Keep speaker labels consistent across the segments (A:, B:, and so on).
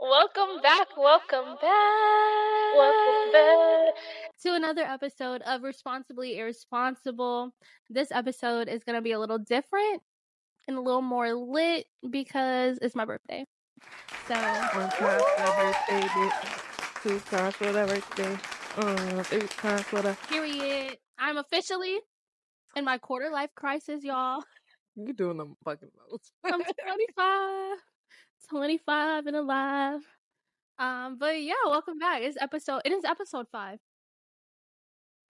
A: Welcome back, welcome back.
B: Welcome back.
A: to another episode of Responsibly Irresponsible. This episode is going to be a little different and a little more lit because it's my birthday. So,
B: One time for the birthday, bitch. Two times for the birthday. Mm, three times for the.
A: period. I'm officially in my quarter life crisis, y'all.
B: You doing the fucking most.
A: I'm 25, 25 and alive. Um, but yeah, welcome back. It's episode. It is episode five.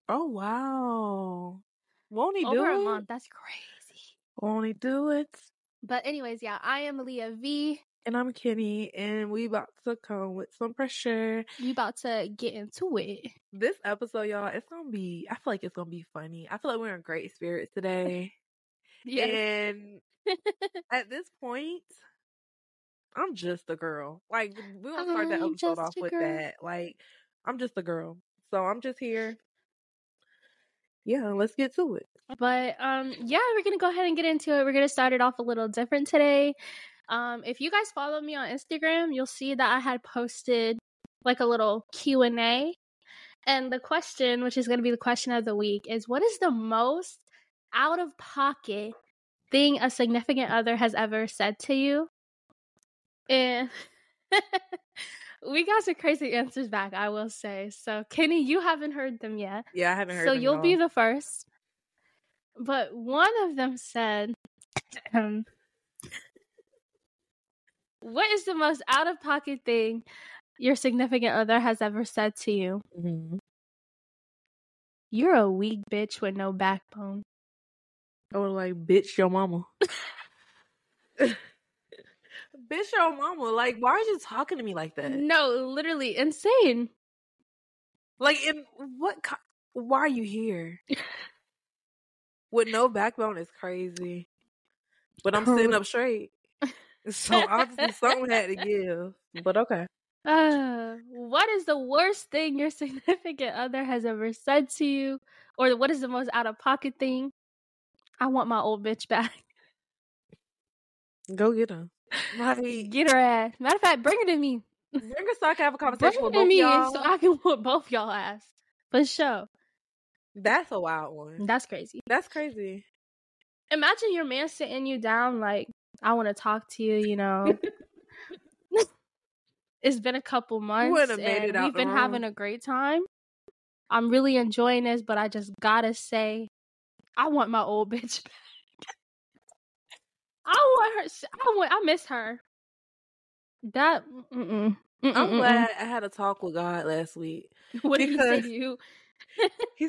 B: oh wow! Won't he
A: Over a
B: do it?
A: month. That's crazy.
B: Won't he do it?
A: But anyways, yeah, I am Leah V.
B: And I'm Kenny, and we about to come with some pressure.
A: You about to get into it.
B: This episode, y'all, it's gonna be. I feel like it's gonna be funny. I feel like we're in great spirits today. And at this point, I'm just a girl. Like we gonna start that
A: I'm
B: episode
A: just
B: off
A: a
B: with
A: girl.
B: that. Like I'm just a girl, so I'm just here. Yeah, let's get to it.
A: But um yeah, we're gonna go ahead and get into it. We're gonna start it off a little different today. Um if you guys follow me on Instagram, you'll see that I had posted like a little Q&A. And the question, which is going to be the question of the week, is what is the most out of pocket thing a significant other has ever said to you? And we got some crazy answers back, I will say. So, Kenny, you haven't heard them yet.
B: Yeah, I haven't heard.
A: So
B: them
A: you'll
B: at
A: be
B: all.
A: the first. But one of them said, um, What is the most out of pocket thing your significant other has ever said to you?
B: Mhm.
A: You're a weak bitch with no backbone.
B: I was like, bitch, your mama. bitch, your mama. Like, why are you talking to me like that?
A: No, literally insane.
B: Like, in what? Co- why are you here? With no backbone is crazy. But I'm sitting up straight, so obviously something had to give. But okay.
A: Uh, what is the worst thing your significant other has ever said to you? Or what is the most out of pocket thing? I want my old bitch back.
B: Go get her. Like,
A: Get her ass. Matter of fact, bring her to me.
B: Younger so I can have a conversation
A: Bring
B: with
A: it to
B: both
A: me
B: y'all.
A: so I can whoop both y'all ass. For sure.
B: That's a wild one.
A: That's crazy.
B: That's crazy.
A: Imagine your man sitting you down like, I want to talk to you, you know. it's been a couple months
B: would've made it
A: and
B: out
A: we've
B: the
A: been having
B: room.
A: a great time. I'm really enjoying this, but I just gotta say, I want my old bitch back. I want her. s- I want. I miss her. That. Mm-mm, mm-mm,
B: I'm
A: mm-mm.
B: glad I had a talk with God last week.
A: What did he say
B: because-
A: to you?
B: He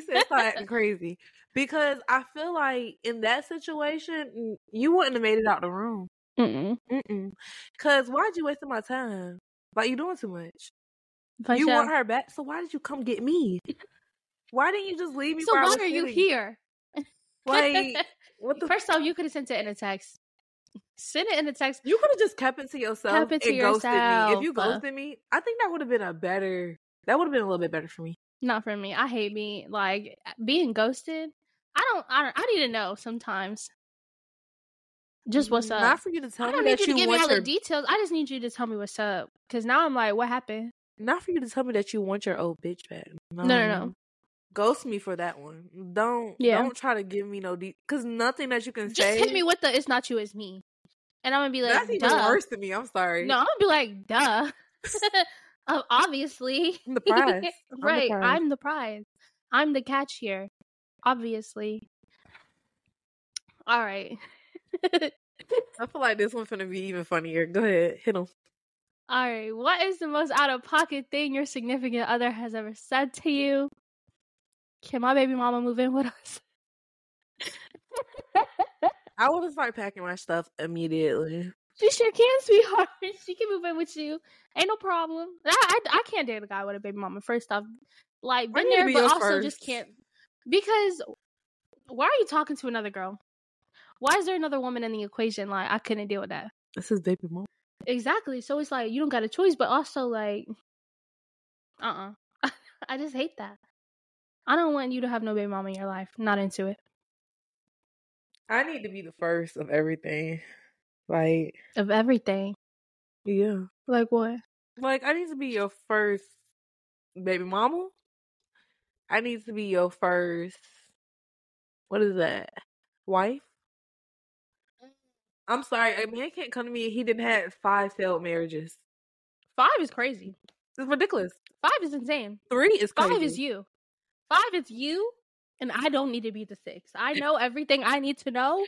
B: said stop acting crazy because I feel like in that situation mm, you wouldn't have made it out the room.
A: Mm-mm.
B: Mm-mm. Cause why'd you wasting my time? Like you doing too much.
A: For
B: you
A: sure.
B: want her back, so why did you come get me? Why didn't you just leave me?
A: So
B: where I
A: why
B: was
A: are you
B: sitting?
A: here?
B: Like what the?
A: First off, you could have sent it in a text. Send it in a text.
B: You could have just kept it to yourself
A: Kept it to
B: and ghosted me. If
A: yourself. uh.
B: you ghosted me, I think that would have been a better. That would have been a little bit better for me.
A: Not for me. I hate being like being ghosted. I don't. I don't. I need to know sometimes. Just what's up.
B: Mm, Mm-hmm. Not for you to tell
A: I don't
B: me
A: need you
B: that
A: to
B: you,
A: give me
B: want
A: all the
B: your.
A: details. I just need you to tell me what's up. Cause now I'm like, what happened?
B: not for you to tell me that you want your old bitch back. No,
A: no, no.
B: Ghost me for that one. Don't.
A: Yeah.
B: Don't try to give me no deep. Cause nothing that you can
A: Just
B: say.
A: hit me with the "it's not you, it's me," and I'm gonna be like,
B: that's even
A: duh.
B: worse than me. I'm sorry.
A: No, I'm gonna be like, duh. Uh, obviously.
B: I'm the prize. I'm the
A: right.
B: prize.
A: I'm the prize. I'm the catch here. Obviously. All right.
B: I feel like this one's gonna be even funnier. Go ahead, hit him.
A: All right. What is the most out of pocket thing your significant other has ever said to you? Can my baby mama move in with us?
B: I want to start packing my stuff immediately.
A: She sure can, sweetheart. She can move in with you. Ain't no problem. I I, I can't date a guy with a baby mama. First off, like been
B: need to
A: there,
B: be
A: but
B: your
A: also just
B: first.
A: can't because why are you talking to another girl? Why is there another woman in the equation? Like I couldn't deal with that.
B: This is baby mom.
A: Exactly. So it's like you don't got a choice, but also like, uh, uh I just hate that. I don't want you to have no baby mama in your life. Not into it.
B: I need to be the first of everything. Like
A: Of everything.
B: Yeah.
A: Like what?
B: Like I need to be your first baby mama. I need to be your first what is that? Wife? I'm sorry, a man can't come to me. He didn't have five failed marriages.
A: Five is crazy.
B: It's ridiculous.
A: Five is insane.
B: Three is
A: Five
B: crazy.
A: is you. Five is you, and I don't need to be the six. I know everything I need to know.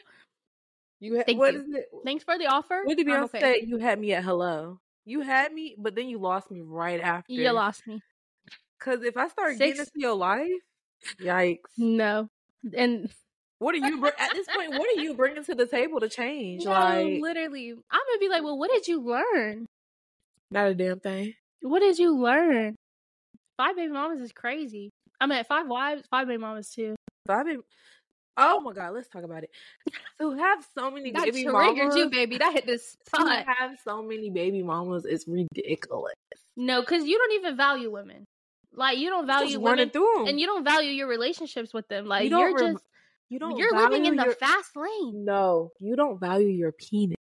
B: You ha-
A: Thank
B: what
A: you.
B: is it?
A: Thanks for the offer.
B: What did
A: I'm
B: Beyonce
A: okay.
B: say? You had me at hello. You had me, but then you lost me right after.
A: You lost me.
B: Because if I start getting
A: Six-
B: into your life, yikes!
A: No, and
B: What are you br- at this point? What are you bringing to the table to change?
A: no,
B: like
A: literally, I'm gonna be like, well, what did you learn?
B: not a damn thing.
A: What did you learn? Five baby mamas is crazy. I mean, five wives, five baby mamas too.
B: But I've been. Oh my god, let's talk about it. To have so many
A: That
B: baby
A: triggered
B: mamas,
A: you, baby. That hit the
B: to
A: spot.
B: have so many baby mamas is ridiculous.
A: No, because you don't even value women. Like you don't value
B: Just
A: women,
B: running through 'em.
A: and you don't value your relationships with them. Like you
B: don't
A: are
B: rem-
A: just
B: you don't
A: you're living
B: value
A: in the
B: your-
A: fast lane.
B: no, you don't value your penis.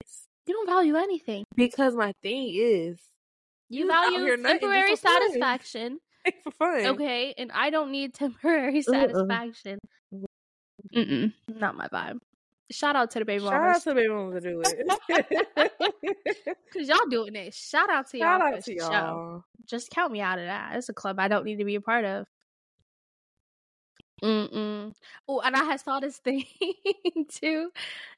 A: You don't value anything.
B: Because my thing is,
A: You,
B: You out here
A: value
B: nothing just
A: temporary
B: for fun.
A: satisfaction,
B: it's for fun.
A: okay? And I don't need temporary
B: Uh-uh.
A: satisfaction. Mm-mm, not my vibe. Shout out to the baby
B: Shout out
A: mamas
B: to the baby mamas to do it.
A: because y'all doing it. Shout out to y'all.
B: Shout
A: for
B: out to
A: sure.
B: y'all.
A: Just count me out of that. It's a club I don't need to be a part of. Mm-mm. Oh, and I had saw this thing too,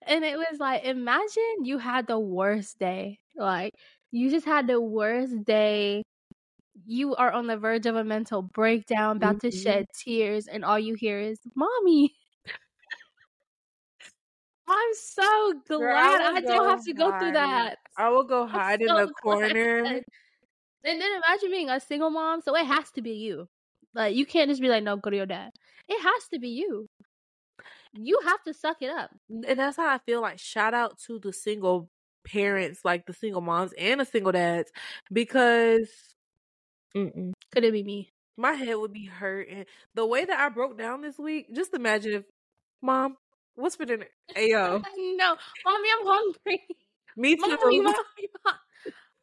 A: and it was like, imagine you had the worst day. Like you just had the worst day. You are on the verge of a mental breakdown, about to
B: Mhm.
A: shed tears, and all you hear is "mommy." I'm so
B: Girl,
A: glad I,
B: would
A: don't have to go through
B: hide.
A: that.
B: I will go
A: I'm
B: hide
A: so
B: in the
A: glad.
B: corner.
A: And then imagine being a single mom, so it has to be you. Like you can't just be like, no, go to your dad. It has to be you. You have to suck it up.
B: And that's how I feel like shout out to the single parents, like the single moms and the single dads, because Mm-mm.
A: Could it be me?
B: my head would be hurt. And the way that I broke down this week, just imagine if, mom, what's for dinner? Ayo,
A: no, mommy, I'm hungry.
B: me too.
A: mommy, mommy, mommy.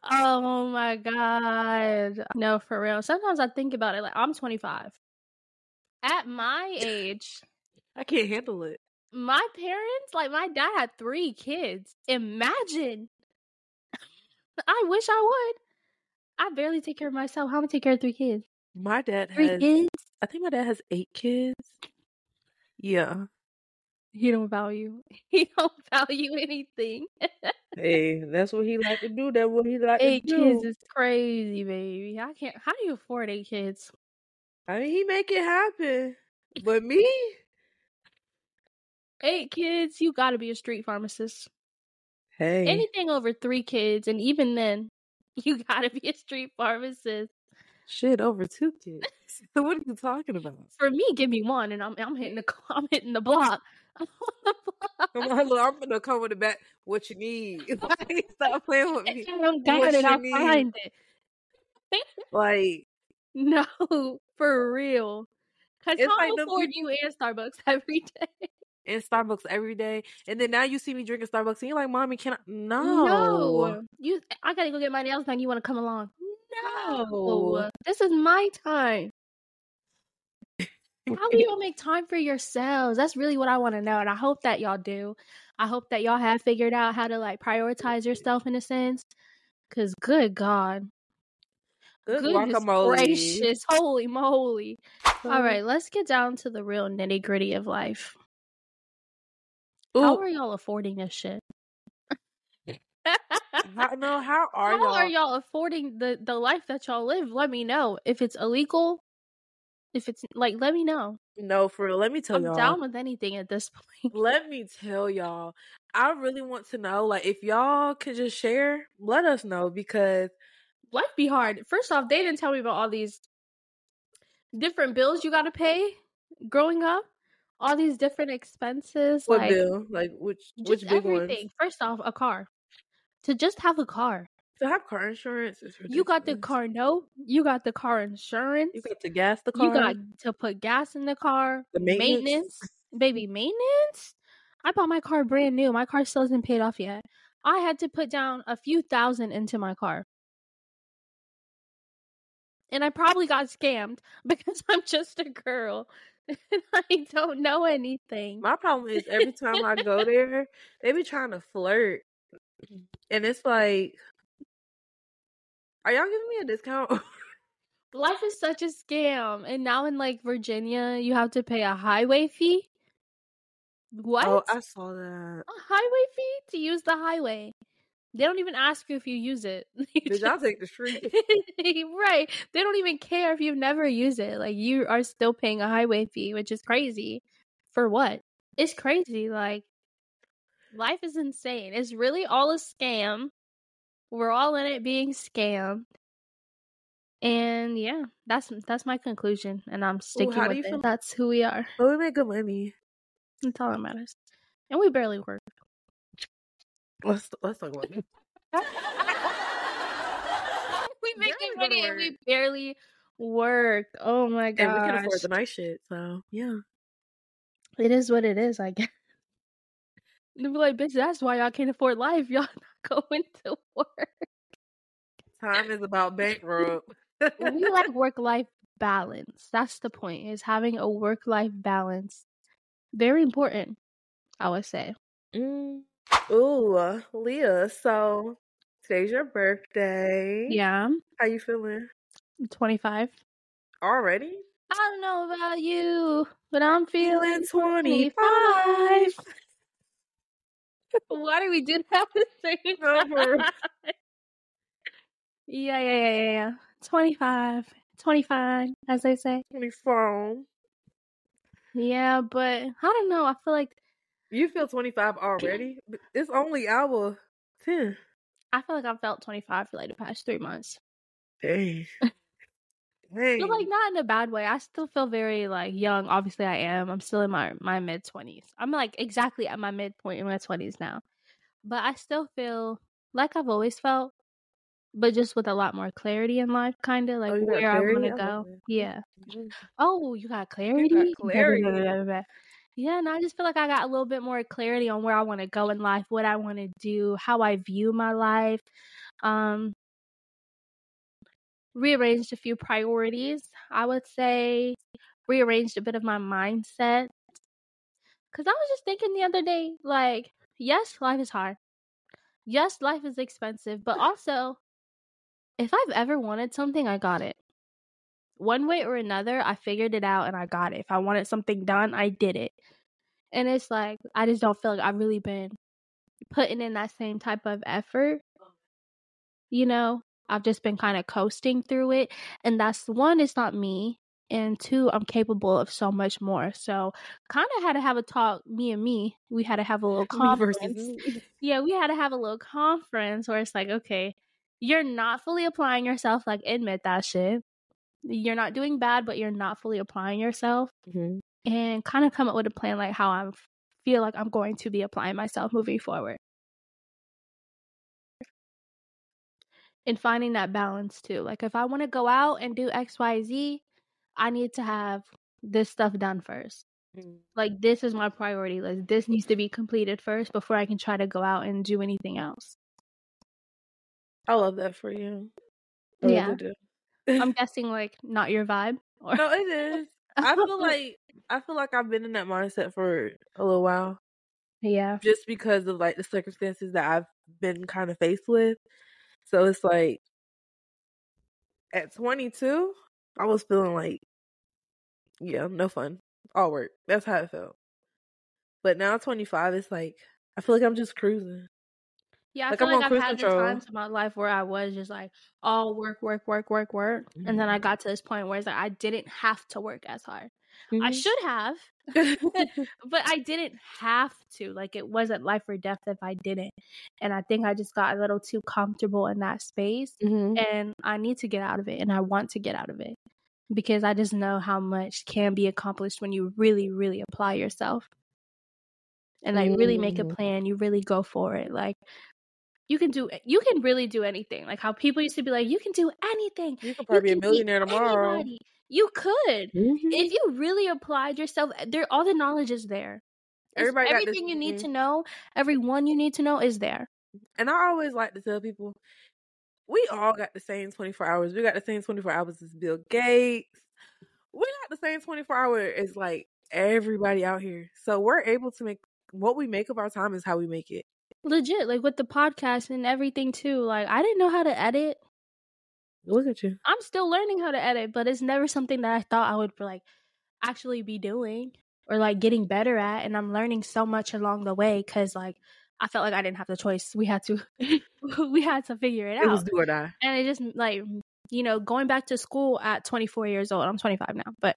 A: Oh my god. No, for real. Sometimes I think about it. Like I'm 25. At my age,
B: I can't handle it.
A: my parents, like my dad, had three kids. Imagine. I wish I would. I barely take care of myself. How am I take care of three kids?
B: My dad
A: Three
B: has,
A: kids.
B: I think my dad has eight kids. Yeah.
A: He don't value. He don't value anything.
B: Hey, that's what he like to do. That's what he like
A: Eight
B: to do.
A: kids is crazy, baby. I can't. How do you afford eight kids?
B: I mean, he make it happen. But me,
A: Eight kids. You got to be a street pharmacist.
B: hey,
A: Anything over three kids, and even then, you got to be a street pharmacist.
B: shit over two kids. So what are you talking about?
A: For me, give me one, and I'm I'm hitting the cl- I'm hitting the block. I'm on the block.
B: I'm, like, "Look, I'm gonna come with the back. What you need? Like, stop playing with me.
A: And I'm got
B: What
A: it. and
B: you
A: I'll
B: need?
A: find it.
B: Like,
A: No, for real. Cause
B: It's
A: how
B: like
A: like
B: them
A: afford you and Starbucks every day?
B: in Starbucks every day, and then now you see me drinking Starbucks, and you're like, "Mommy, can I?" No,
A: No. You I gotta go get my nails done. You wanna come along?
B: No.
A: This is my time. How do y'all make time for yourselves? That's really what I wanna know. And I hope that y'all do. I hope that y'all have figured out how to like prioritize yourself in a sense. Cause good God.
B: Good
A: goodness
B: guacamole.
A: gracious. Holy moly. All right, let's get down to the real nitty gritty of life. How
B: Ooh,
A: are y'all affording this shit?
B: how, no, how are
A: How
B: y'all?
A: are y'all affording the the life that y'all live? Let me know if it's illegal. If it's like, let me know.
B: No, for real. Let me tell
A: I'm
B: y'all.
A: down with anything at this point.
B: Let me tell y'all, I really want to know. Like, if y'all could just share, let us know because
A: Life be hard. First off, they didn't tell me about all these different bills you got to pay growing up. All these different expenses,
B: what
A: like
B: bill? Like, which which
A: just
B: big
A: everything.
B: ones?
A: First off, a car. To just have a car,
B: To have car insurance is ridiculous.
A: you got the car note, you got the car insurance,
B: You got to gas the car.
A: you got to put gas in the car,
B: the maintenance.
A: maintenance, baby maintenance. I bought my car brand new. My car still isn't paid off yet. I had to put down a few thousand into my car. And I probably got scammed because I'm just a girl and I don't know anything.
B: My problem is every time I go there, they be trying to flirt. And it's like, are y'all giving me a discount? Oh,
A: Life is such a scam. And now in like Virginia, you have to pay a highway fee. What?
B: Oh, I saw that.
A: a highway fee to use the highway. They don't even ask you if you use it. You
B: Did y'all take the street?
A: just- right. They don't even care if you've never used it. Like you are still paying a highway fee, which is crazy. For what? It's crazy. Like life is insane. It's really all a scam. We're all in it being scammed. And yeah, that's that's my conclusion, and I'm sticking
B: how do
A: with
B: you
A: it.
B: feel-
A: That's who we are.
B: But Oh, we make good money.
A: That's all that matters. And we barely work.
B: Let's let's talk about it.
A: we make
B: Barely
A: it
B: go to
A: money and we
B: work.
A: barely work. Oh my
B: And we
A: god.
B: can afford the night shit, so yeah.
A: It is what it is, I guess. They'll be like, bitch, that's why y'all can't afford life. Y'all not going to work.
B: Time is about bankrupt.
A: we like work life balance. That's the point, is having a work life balance. Very important, I would say.
B: Mm. Ooh, uh, Leah. So today's your birthday.
A: Yeah. I'm
B: How you feeling
A: 25.
B: already?
A: I don't know about you, but I'm feeling.
B: Feeling twenty five.
A: why do we do that at the same
B: No,
A: time?
B: for real.
A: Yeah, yeah, yeah, yeah, yeah. 25. 25, as they say.
B: Twenty four.
A: Yeah, but I don't know. I feel like
B: You feel twenty five already? But It's only hour ten.
A: I feel like I felt 25 for like the past three months.
B: Dang.
A: But
B: Dang.
A: like not in a bad way. I still feel very like young. Obviously, I am. I'm still in my my mid 20s. I'm like exactly at my midpoint in my 20s now. But I still feel like I've always felt, but just with a lot more clarity in life, kind of like
B: Oh, you got
A: where I want
B: clarity?
A: to
B: I love
A: go.
B: it.
A: Yeah.
B: Mhm.
A: Oh, you got clarity. Blah, blah,
B: clarity.
A: blah, blah, blah, blah. Yeah, and I just feel like I got a little bit more clarity on where I want to go in life, what I want to do, how I view my life. Um rearranged a few priorities. I would say rearranged a bit of my mindset. Cuz I was just thinking the other day like, yes, life is hard. Yes, life is expensive, but also if I've ever wanted something, I got it one way or another, I figured it out and I got it. If I wanted something done, I did it. And it's like I just don't feel like I've really been putting in that same type of effort. You know, I've just been kind of coasting through it, and that's one, it's not me, and two, I'm capable of so much more. So, kind of had to have a talk. Me and me, we had to have a little
B: Me versus
A: conference
B: me.
A: yeah, we had to have a little conference where it's like, okay, you're not fully applying yourself. Like, admit that shit. You're not doing bad, but you're not fully applying yourself.
B: Mhm.
A: And kind of come up with a plan like how I feel like I'm going to be applying myself moving forward. And finding that balance too. Like, if I want to go out and do XYZ, I need to have this stuff done first
B: Mhm.
A: like this is my priority list. This needs to be completed first before I can try to go out and do anything else.
B: I love that for you. I really
A: Yeah.
B: do.
A: I'm guessing like not your vibe or
B: No, it is. I feel like I feel like I've been in that mindset for a little while,
A: yeah.
B: just because of like the circumstances that I've been kind of faced with. So it's like at 22, I was feeling like, yeah, no fun, all work. That's how it felt. But now 25, it's like I feel like I'm just cruising.
A: Yeah, I
B: Like,
A: feel
B: I'm on
A: like I've
B: cruise
A: had
B: control.
A: the times in my life where I was just like all work, work, work, work, work. And
B: Mm-hmm.
A: then I got to this point where it's like I didn't have to work as hard.
B: Mm-hmm.
A: I should have, but I didn't have to. Like it wasn't life or death if I didn't. And I think I just got a little too comfortable in that space.
B: Mhm.
A: and I need to get out of it and I want to get out of it because I just know how much can be accomplished when you really, really apply yourself and like really make a
B: Mm.
A: plan. You really go for it. Like you can do, you can really do anything. Like how people used to be like, you can do anything.
B: You could
A: You
B: probably be a
A: can beat
B: millionaire tomorrow.
A: anybody." You could.
B: Mhm.
A: If you really applied yourself, eh, there all the knowledge is there. It's
B: Everybody got this-
A: everything you need
B: mhm.
A: to know, everyone you need to know is there.
B: and I always like to tell people, we all got the same 24 hours. We got the same 24 hours as Bill Gates. We got the same 24 hour as like everybody out here. So we're able to make what we make of our time is how we make it.
A: Legit, like with the podcast and everything too. Like I didn't know how to edit.
B: Look at you.
A: I'm still learning how to edit, but it's never something that I thought I would like actually be doing or like getting better at. And I'm learning so much along the way because like I felt like I didn't have the choice. We had to, we had to figure it out.
B: It was do or die.
A: and it just like you know going back to school at 24 years old. I'm 25 now, but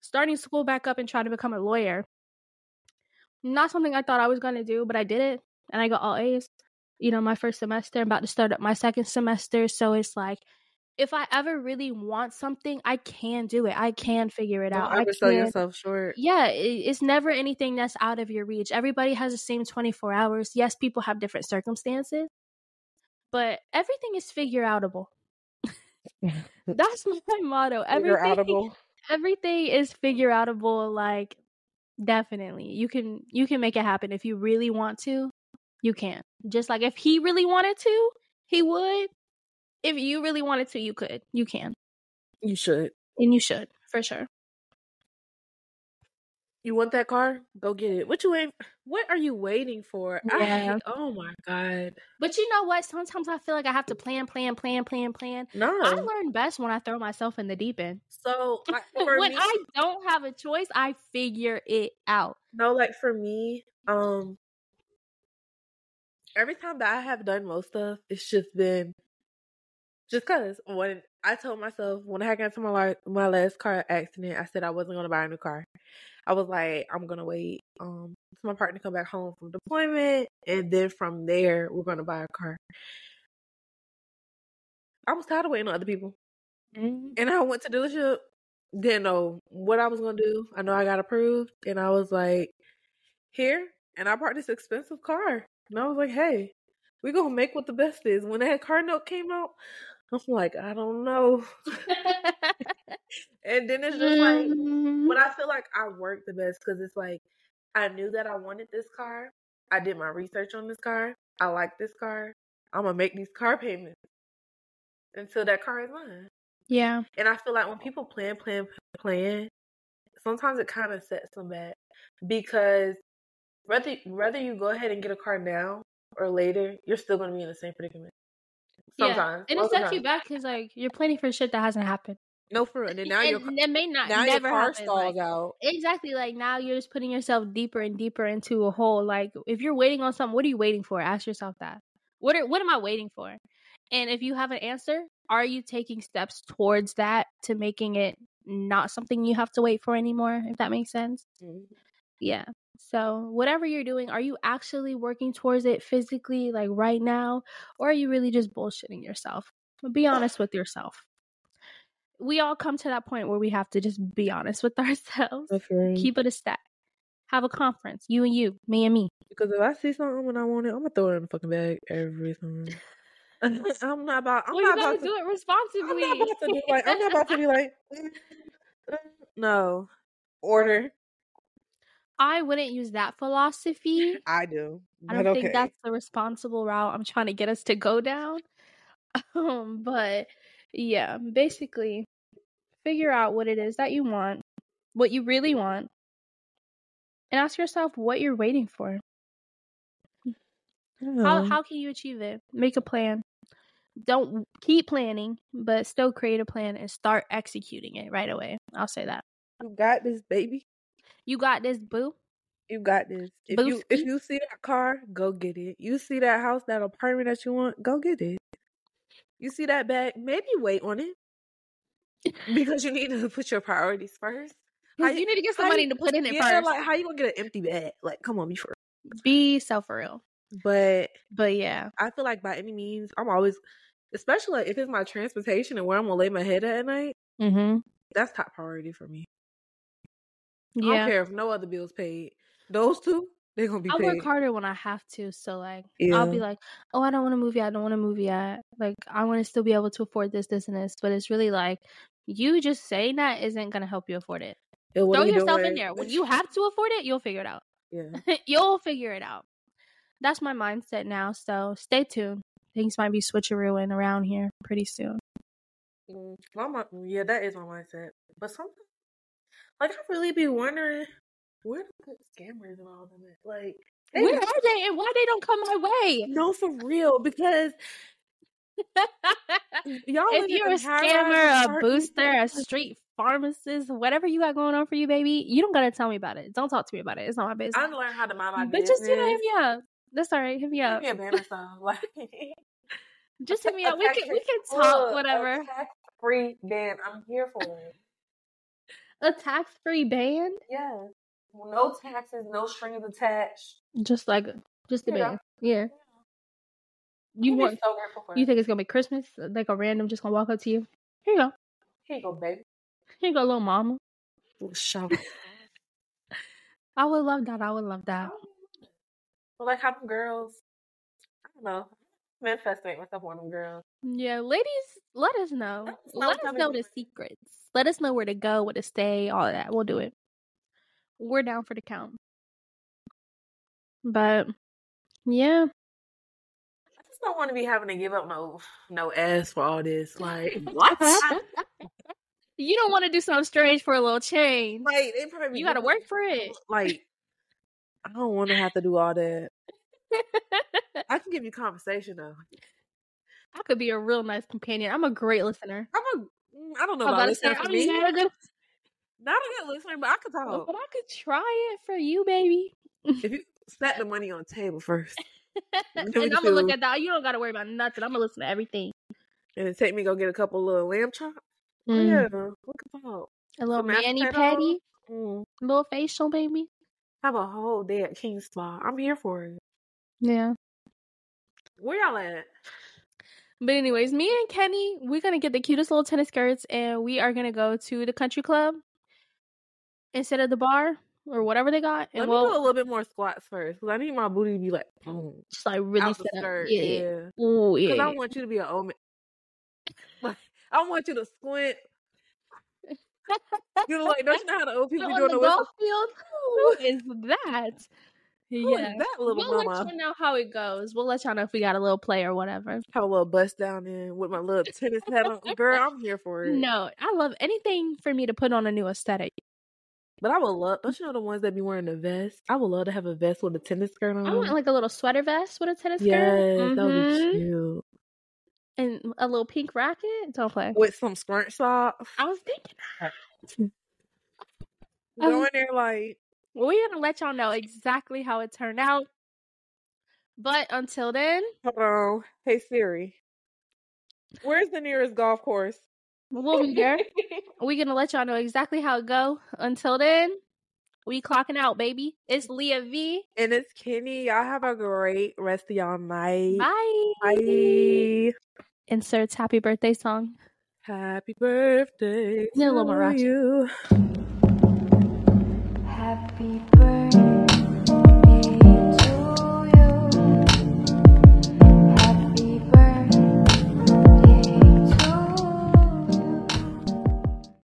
A: starting school back up and trying to become a lawyer. Not something I thought I was going to do, but I did it, and I got all A's. You know, my first semester. I'm about to start up my second semester, so it's like. If I ever really want something, I can do it. I can figure it
B: Don't
A: out. I
B: ever sell
A: can-
B: yourself short.
A: yeah, it, it's never anything that's out of your reach. Everybody has the same 24 hours. Yes, people have different circumstances, but everything is figure outable. That's my motto.
B: Figure
A: Everything,
B: outable.
A: everything is figure outable. Like definitely, you can you can make it happen if you really want to. You can. Just like if he really wanted to, he would. If you really wanted to, you could. You can,
B: You should.
A: and you should for sure.
B: You want that car? Go get it. What you wait? What are you waiting for? I
A: Yeah.
B: hate, oh my god.
A: But you know what? Sometimes I feel like I have to plan, plan, plan, plan, plan.
B: No.
A: I learn best when I throw myself in the deep end.
B: so like, for
A: when
B: me,
A: I don't have a choice, I figure it out.
B: No, like for me, um, every time that I have done most stuff, it's just been just cause when I told myself when I got into my la- my last car accident, I said I wasn't gonna buy a new car. I was like, I'm gonna wait um for my partner to come back home from deployment, and then from there we're gonna buy a car. I was tired of waiting on other people and I went to dealership. Didn't know what I was gonna do. I know I got approved, and I was like, here, and I bought this expensive car. And I was like, hey, we gonna make what the best is. When that car note came out, I'm like, I don't know. and then it's just like,
A: Mm-hmm.
B: but I feel like I worked the best because it's like I knew that I wanted this car. I did my research on this car. I like this car. I'm gonna make these car payments until that car is mine.
A: yeah,
B: And I feel like when people plan, plan, plan, sometimes it kind of sets them back because whether whether you go ahead and get a car now or later, you're still going to be in the same predicament. Sometimes,
A: and it
B: most of the
A: sets you
B: time.
A: back because like you're planning for shit that hasn't happened.
B: No, for real. And then now your
A: And
B: ca-
A: it may not
B: now your
A: never
B: car
A: happen.
B: stalls
A: like-
B: out.
A: Exactly, like now you're just putting yourself deeper and deeper into a hole. Like if you're waiting on something, what are you waiting for? Ask yourself that. What are, what am I waiting for? And if you have an answer, are you taking steps towards that to making it not something you have to wait for anymore? If that makes sense. Yeah. So, whatever you're doing, are you actually working towards it physically, like right now? Or are you really just bullshitting yourself? Be honest with yourself. We all come to that point where we have to just be honest with ourselves.
B: Mm.
A: Keep it a stack. Have a conference, you and you, me and me.
B: because if I see something and I want it, I'm gonna throw it in the fucking bag every time. I'm not about. I'm
A: well,
B: not
A: you
B: about
A: gotta
B: to
A: do it
B: I'm
A: responsibly.
B: not about to be like. I'm not about to be like. "Mm, mm, No, order.
A: I wouldn't use that philosophy.
B: I do.
A: I
B: But
A: don't
B: okay.
A: think that's the responsible route I'm trying to get us to go down. Um, but yeah, basically, figure out what it is that you want, what you really want, and ask yourself what you're waiting for. How how can you achieve it? Make a plan. Don't keep planning, but still create a plan and start executing it right away. I'll say that.
B: you got this, baby.
A: You got this, boo.
B: You got this. If you if
A: Booski.
B: you see that car, go get it. You see that house, that apartment that you want, go get it. You see that bag, maybe wait on it because you need to put your priorities first. How
A: you
B: you-
A: need to get
B: how
A: some money
B: you-
A: to put in it
B: yeah,
A: first.
B: like how you gonna get an empty bag? Like, come on, be for
A: Be self real.
B: real. But
A: But yeah,
B: I feel like by any means, I'm always, especially if it's my transportation and where I'm gonna lay my head at, at night.
A: mm-hmm.
B: That's top priority for me. I
A: yeah.
B: don't care if no other bills paid. Those two, they're gonna be
A: I
B: paid.
A: work harder when I have to. So like,
B: Yeah.
A: I'll be like, oh, I don't want to move yet. I don't want to move yet. Like, I want to still be able to afford this, this, and this. But it's really like, you just saying that isn't gonna help you afford it.
B: Yeah, what
A: Throw
B: are you
A: yourself in
B: doing?
A: there. When you have to afford it, you'll figure it out.
B: yeah.
A: you'll figure it out. that's my mindset now. So stay tuned. Things might be switcherooing around here pretty soon.
B: Mm, My, mi- yeah, that is my mindset. But some, like, I really be wondering where the fuck scammers and all them at? Like, they
A: Where are
B: be-
A: they and why they don't come my way?
B: no, for real, because y'all.
A: if
B: live
A: you're
B: in
A: a
B: high-rise
A: scammer, a
B: apartments.
A: booster, a street pharmacist, whatever you got going on for you, baby, you don't gotta tell me about it. Don't talk to me about it. It's not my business.
B: I learned how to mind my
A: but
B: business.
A: just you know, hit me up. That's all right. Hit me
B: Hit
A: up.
B: me up, Amazon. Like,
A: Just hit me up. We
B: attack
A: can
B: your-
A: we can talk.
B: Look,
A: Whatever.
B: a tax-free ban. I'm here for it.
A: A tax free ban.
B: Yeah. No taxes, no strings attached.
A: Just like just the
B: You know.
A: ban. Yeah. You
B: You
A: want?
B: want so grateful for
A: You
B: it.
A: think it's gonna be Christmas? Like a random just gonna walk up to you? Here you go.
B: Here you go, baby.
A: Here you go, little mama.
B: Show.
A: I would love that. I would love that.
B: Oh. like how them girls. I don't know. Manifesting myself one of them girls.
A: Yeah, ladies, let us know.
B: Let us know
A: Let
B: what
A: us
B: time it
A: know the
B: is.
A: secrets. Let us know where to go, where to stay, all that. We'll do it. We're down for the count. But yeah,
B: I just don't want to be having to give up no no ass for all this. Like what? like
A: you don't want to do something strange for a little change.
B: it probably
A: You got to work for it.
B: Like I don't want to have to do all that. I can give you conversation though.
A: I could be a real nice companion. I'm a great listener.
B: I'm a. mm, I don't know
A: I'm about
B: about
A: to say,
B: listening for
A: I'm
B: me. Oh.
A: not a good,
B: Not a good listener, but I could talk.
A: but I could try it for you, baby.
B: If you set the money on the table first,
A: and
B: we
A: I'm gonna look
B: do.
A: at that. You don't gotta worry about nothing. I'm gonna listen to everything.
B: and it take me to go get a couple little lamb chops.
A: Mm.
B: Oh, Yeah, look about.
A: A little
B: Some mashed
A: mani
B: potatoes.
A: petty,
B: Mm.
A: little facial, baby.
B: Have a whole day at King's Spa. I'm here for it.
A: Yeah.
B: Where y'all at?
A: But anyways, me and Kenny, we're gonna get the cutest little tennis skirts and we are gonna go to the country club instead of the bar or whatever they got. And
B: Let
A: we'll
B: me do a little bit more squats first, cause I need my booty to be like boom,
A: just like really
B: out
A: set
B: the
A: up.
B: skirt.
A: yeah. yeah.
B: yeah.
A: Ooh, yeah.
B: Cause I
A: yeah.
B: want you to be an old man. I want you to squint. You know, like don't you know how the old people
A: So
B: be
A: on
B: doing
A: the
B: the
A: golf
B: whistle?
A: field, who is that?
B: Who is
A: yeah.
B: that little
A: We'll
B: mama?
A: let you know how it goes. We'll let y'all know if we got a little play or whatever.
B: Have a little bust down in with my little tennis hat on. Girl, I'm here for it.
A: No, I love anything for me to put on a new aesthetic.
B: But I would love. Don't you know the ones that be wearing the vest? I would love to have a vest with a tennis skirt on.
A: I want like a little sweater vest with a tennis
B: yes,
A: skirt.
B: that
A: Mhm.
B: would be cute.
A: And a little pink racket. Don't play.
B: With some scrunch socks.
A: I was thinking Um,
B: Going there like
A: we're gonna let y'all know exactly how it turned out. But until then,
B: Hold on. Hey Siri. Where's the nearest golf course?
A: we'll be there. we're gonna let y'all know exactly how it go. Until then, we clocking out, baby. It's Leah V.
B: and it's Kenny. Y'all have a great rest of y'all night.
A: Bye.
B: Bye.
A: Inserts happy birthday song.
B: Happy birthday.
A: Yeah, a little
B: to
A: mariachi.
B: you.
C: Happy birthday.